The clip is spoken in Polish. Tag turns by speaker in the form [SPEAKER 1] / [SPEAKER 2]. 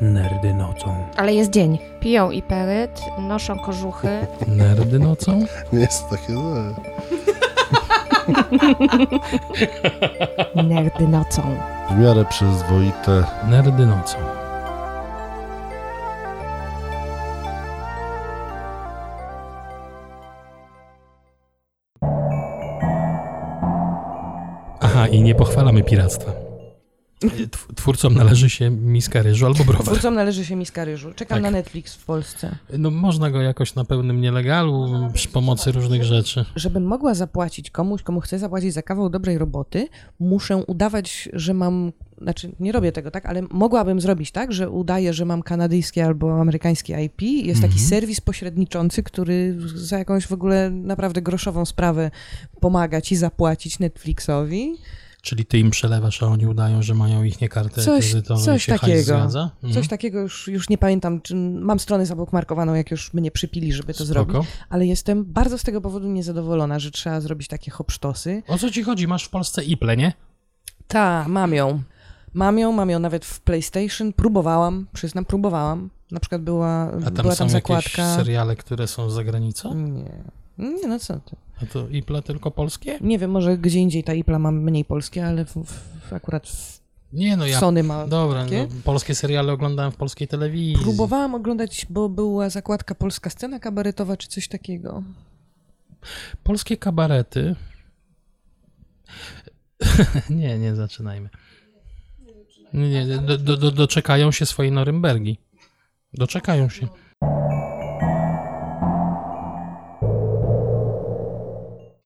[SPEAKER 1] Nerdy nocą.
[SPEAKER 2] Ale jest dzień. Piją iperyt, noszą kożuchy.
[SPEAKER 3] Nerdy nocą?
[SPEAKER 4] Nie jest takie złe.
[SPEAKER 2] Nerdy nocą.
[SPEAKER 4] W miarę przyzwoite.
[SPEAKER 3] Nerdy nocą. Aha, i nie pochwalamy piractwa. Tw- Twórcom należy się miska ryżu albo browar.
[SPEAKER 5] Twórcom należy się miska ryżu. Czekam
[SPEAKER 3] Tak.
[SPEAKER 5] na Netflix w Polsce.
[SPEAKER 3] No można go jakoś na pełnym nielegalu przy pomocy różnych rzeczy.
[SPEAKER 5] Żebym mogła zapłacić komuś, komu chcę zapłacić za kawał dobrej roboty, muszę udawać, że mam. Znaczy, nie robię tego, tak, ale mogłabym zrobić tak, że udaję, że mam kanadyjskie albo amerykańskie IP. Jest taki
[SPEAKER 3] Mhm.
[SPEAKER 5] serwis pośredniczący, który za jakąś w ogóle naprawdę groszową sprawę pomaga ci zapłacić Netflixowi.
[SPEAKER 3] Czyli ty im przelewasz, a oni udają, że mają ich nie kartę
[SPEAKER 5] Coś-
[SPEAKER 3] kredytową i
[SPEAKER 5] coś
[SPEAKER 3] się hajs
[SPEAKER 5] takiego.
[SPEAKER 3] zgadza? Mhm.
[SPEAKER 5] Coś takiego już, już nie pamiętam. Czy mam stronę zabokmarkowaną, jak już mnie przypili, żeby to zrobić.
[SPEAKER 3] Spoko.
[SPEAKER 5] Ale jestem bardzo z tego powodu niezadowolona, że trzeba zrobić takie hopsztosy.
[SPEAKER 3] O co ci chodzi? Masz w Polsce Iple, nie?
[SPEAKER 5] Ta, mam ją. Mam ją, mam ją nawet w PlayStation. Próbowałam, przyznam, próbowałam. Na przykład była,
[SPEAKER 3] A tam
[SPEAKER 5] była
[SPEAKER 3] są
[SPEAKER 5] tam
[SPEAKER 3] jakieś
[SPEAKER 5] zakładka.
[SPEAKER 3] seriale, które są za granicą?
[SPEAKER 5] Nie. Nie, no co ty.
[SPEAKER 3] A to Iple tylko polskie?
[SPEAKER 5] Nie wiem, może gdzie indziej ta Ipla ma mniej polskie, ale w, w, akurat w
[SPEAKER 3] Nie, no ja...
[SPEAKER 5] Sony ma.
[SPEAKER 3] Dobra,
[SPEAKER 5] takie?
[SPEAKER 3] no, polskie seriale oglądałem w polskiej telewizji.
[SPEAKER 5] Próbowałam oglądać, bo była zakładka polska scena kabaretowa czy coś takiego.
[SPEAKER 3] Polskie kabarety... nie, nie zaczynajmy. Nie, nie, do, do, do, doczekają się swojej Norymbergi. Doczekają się.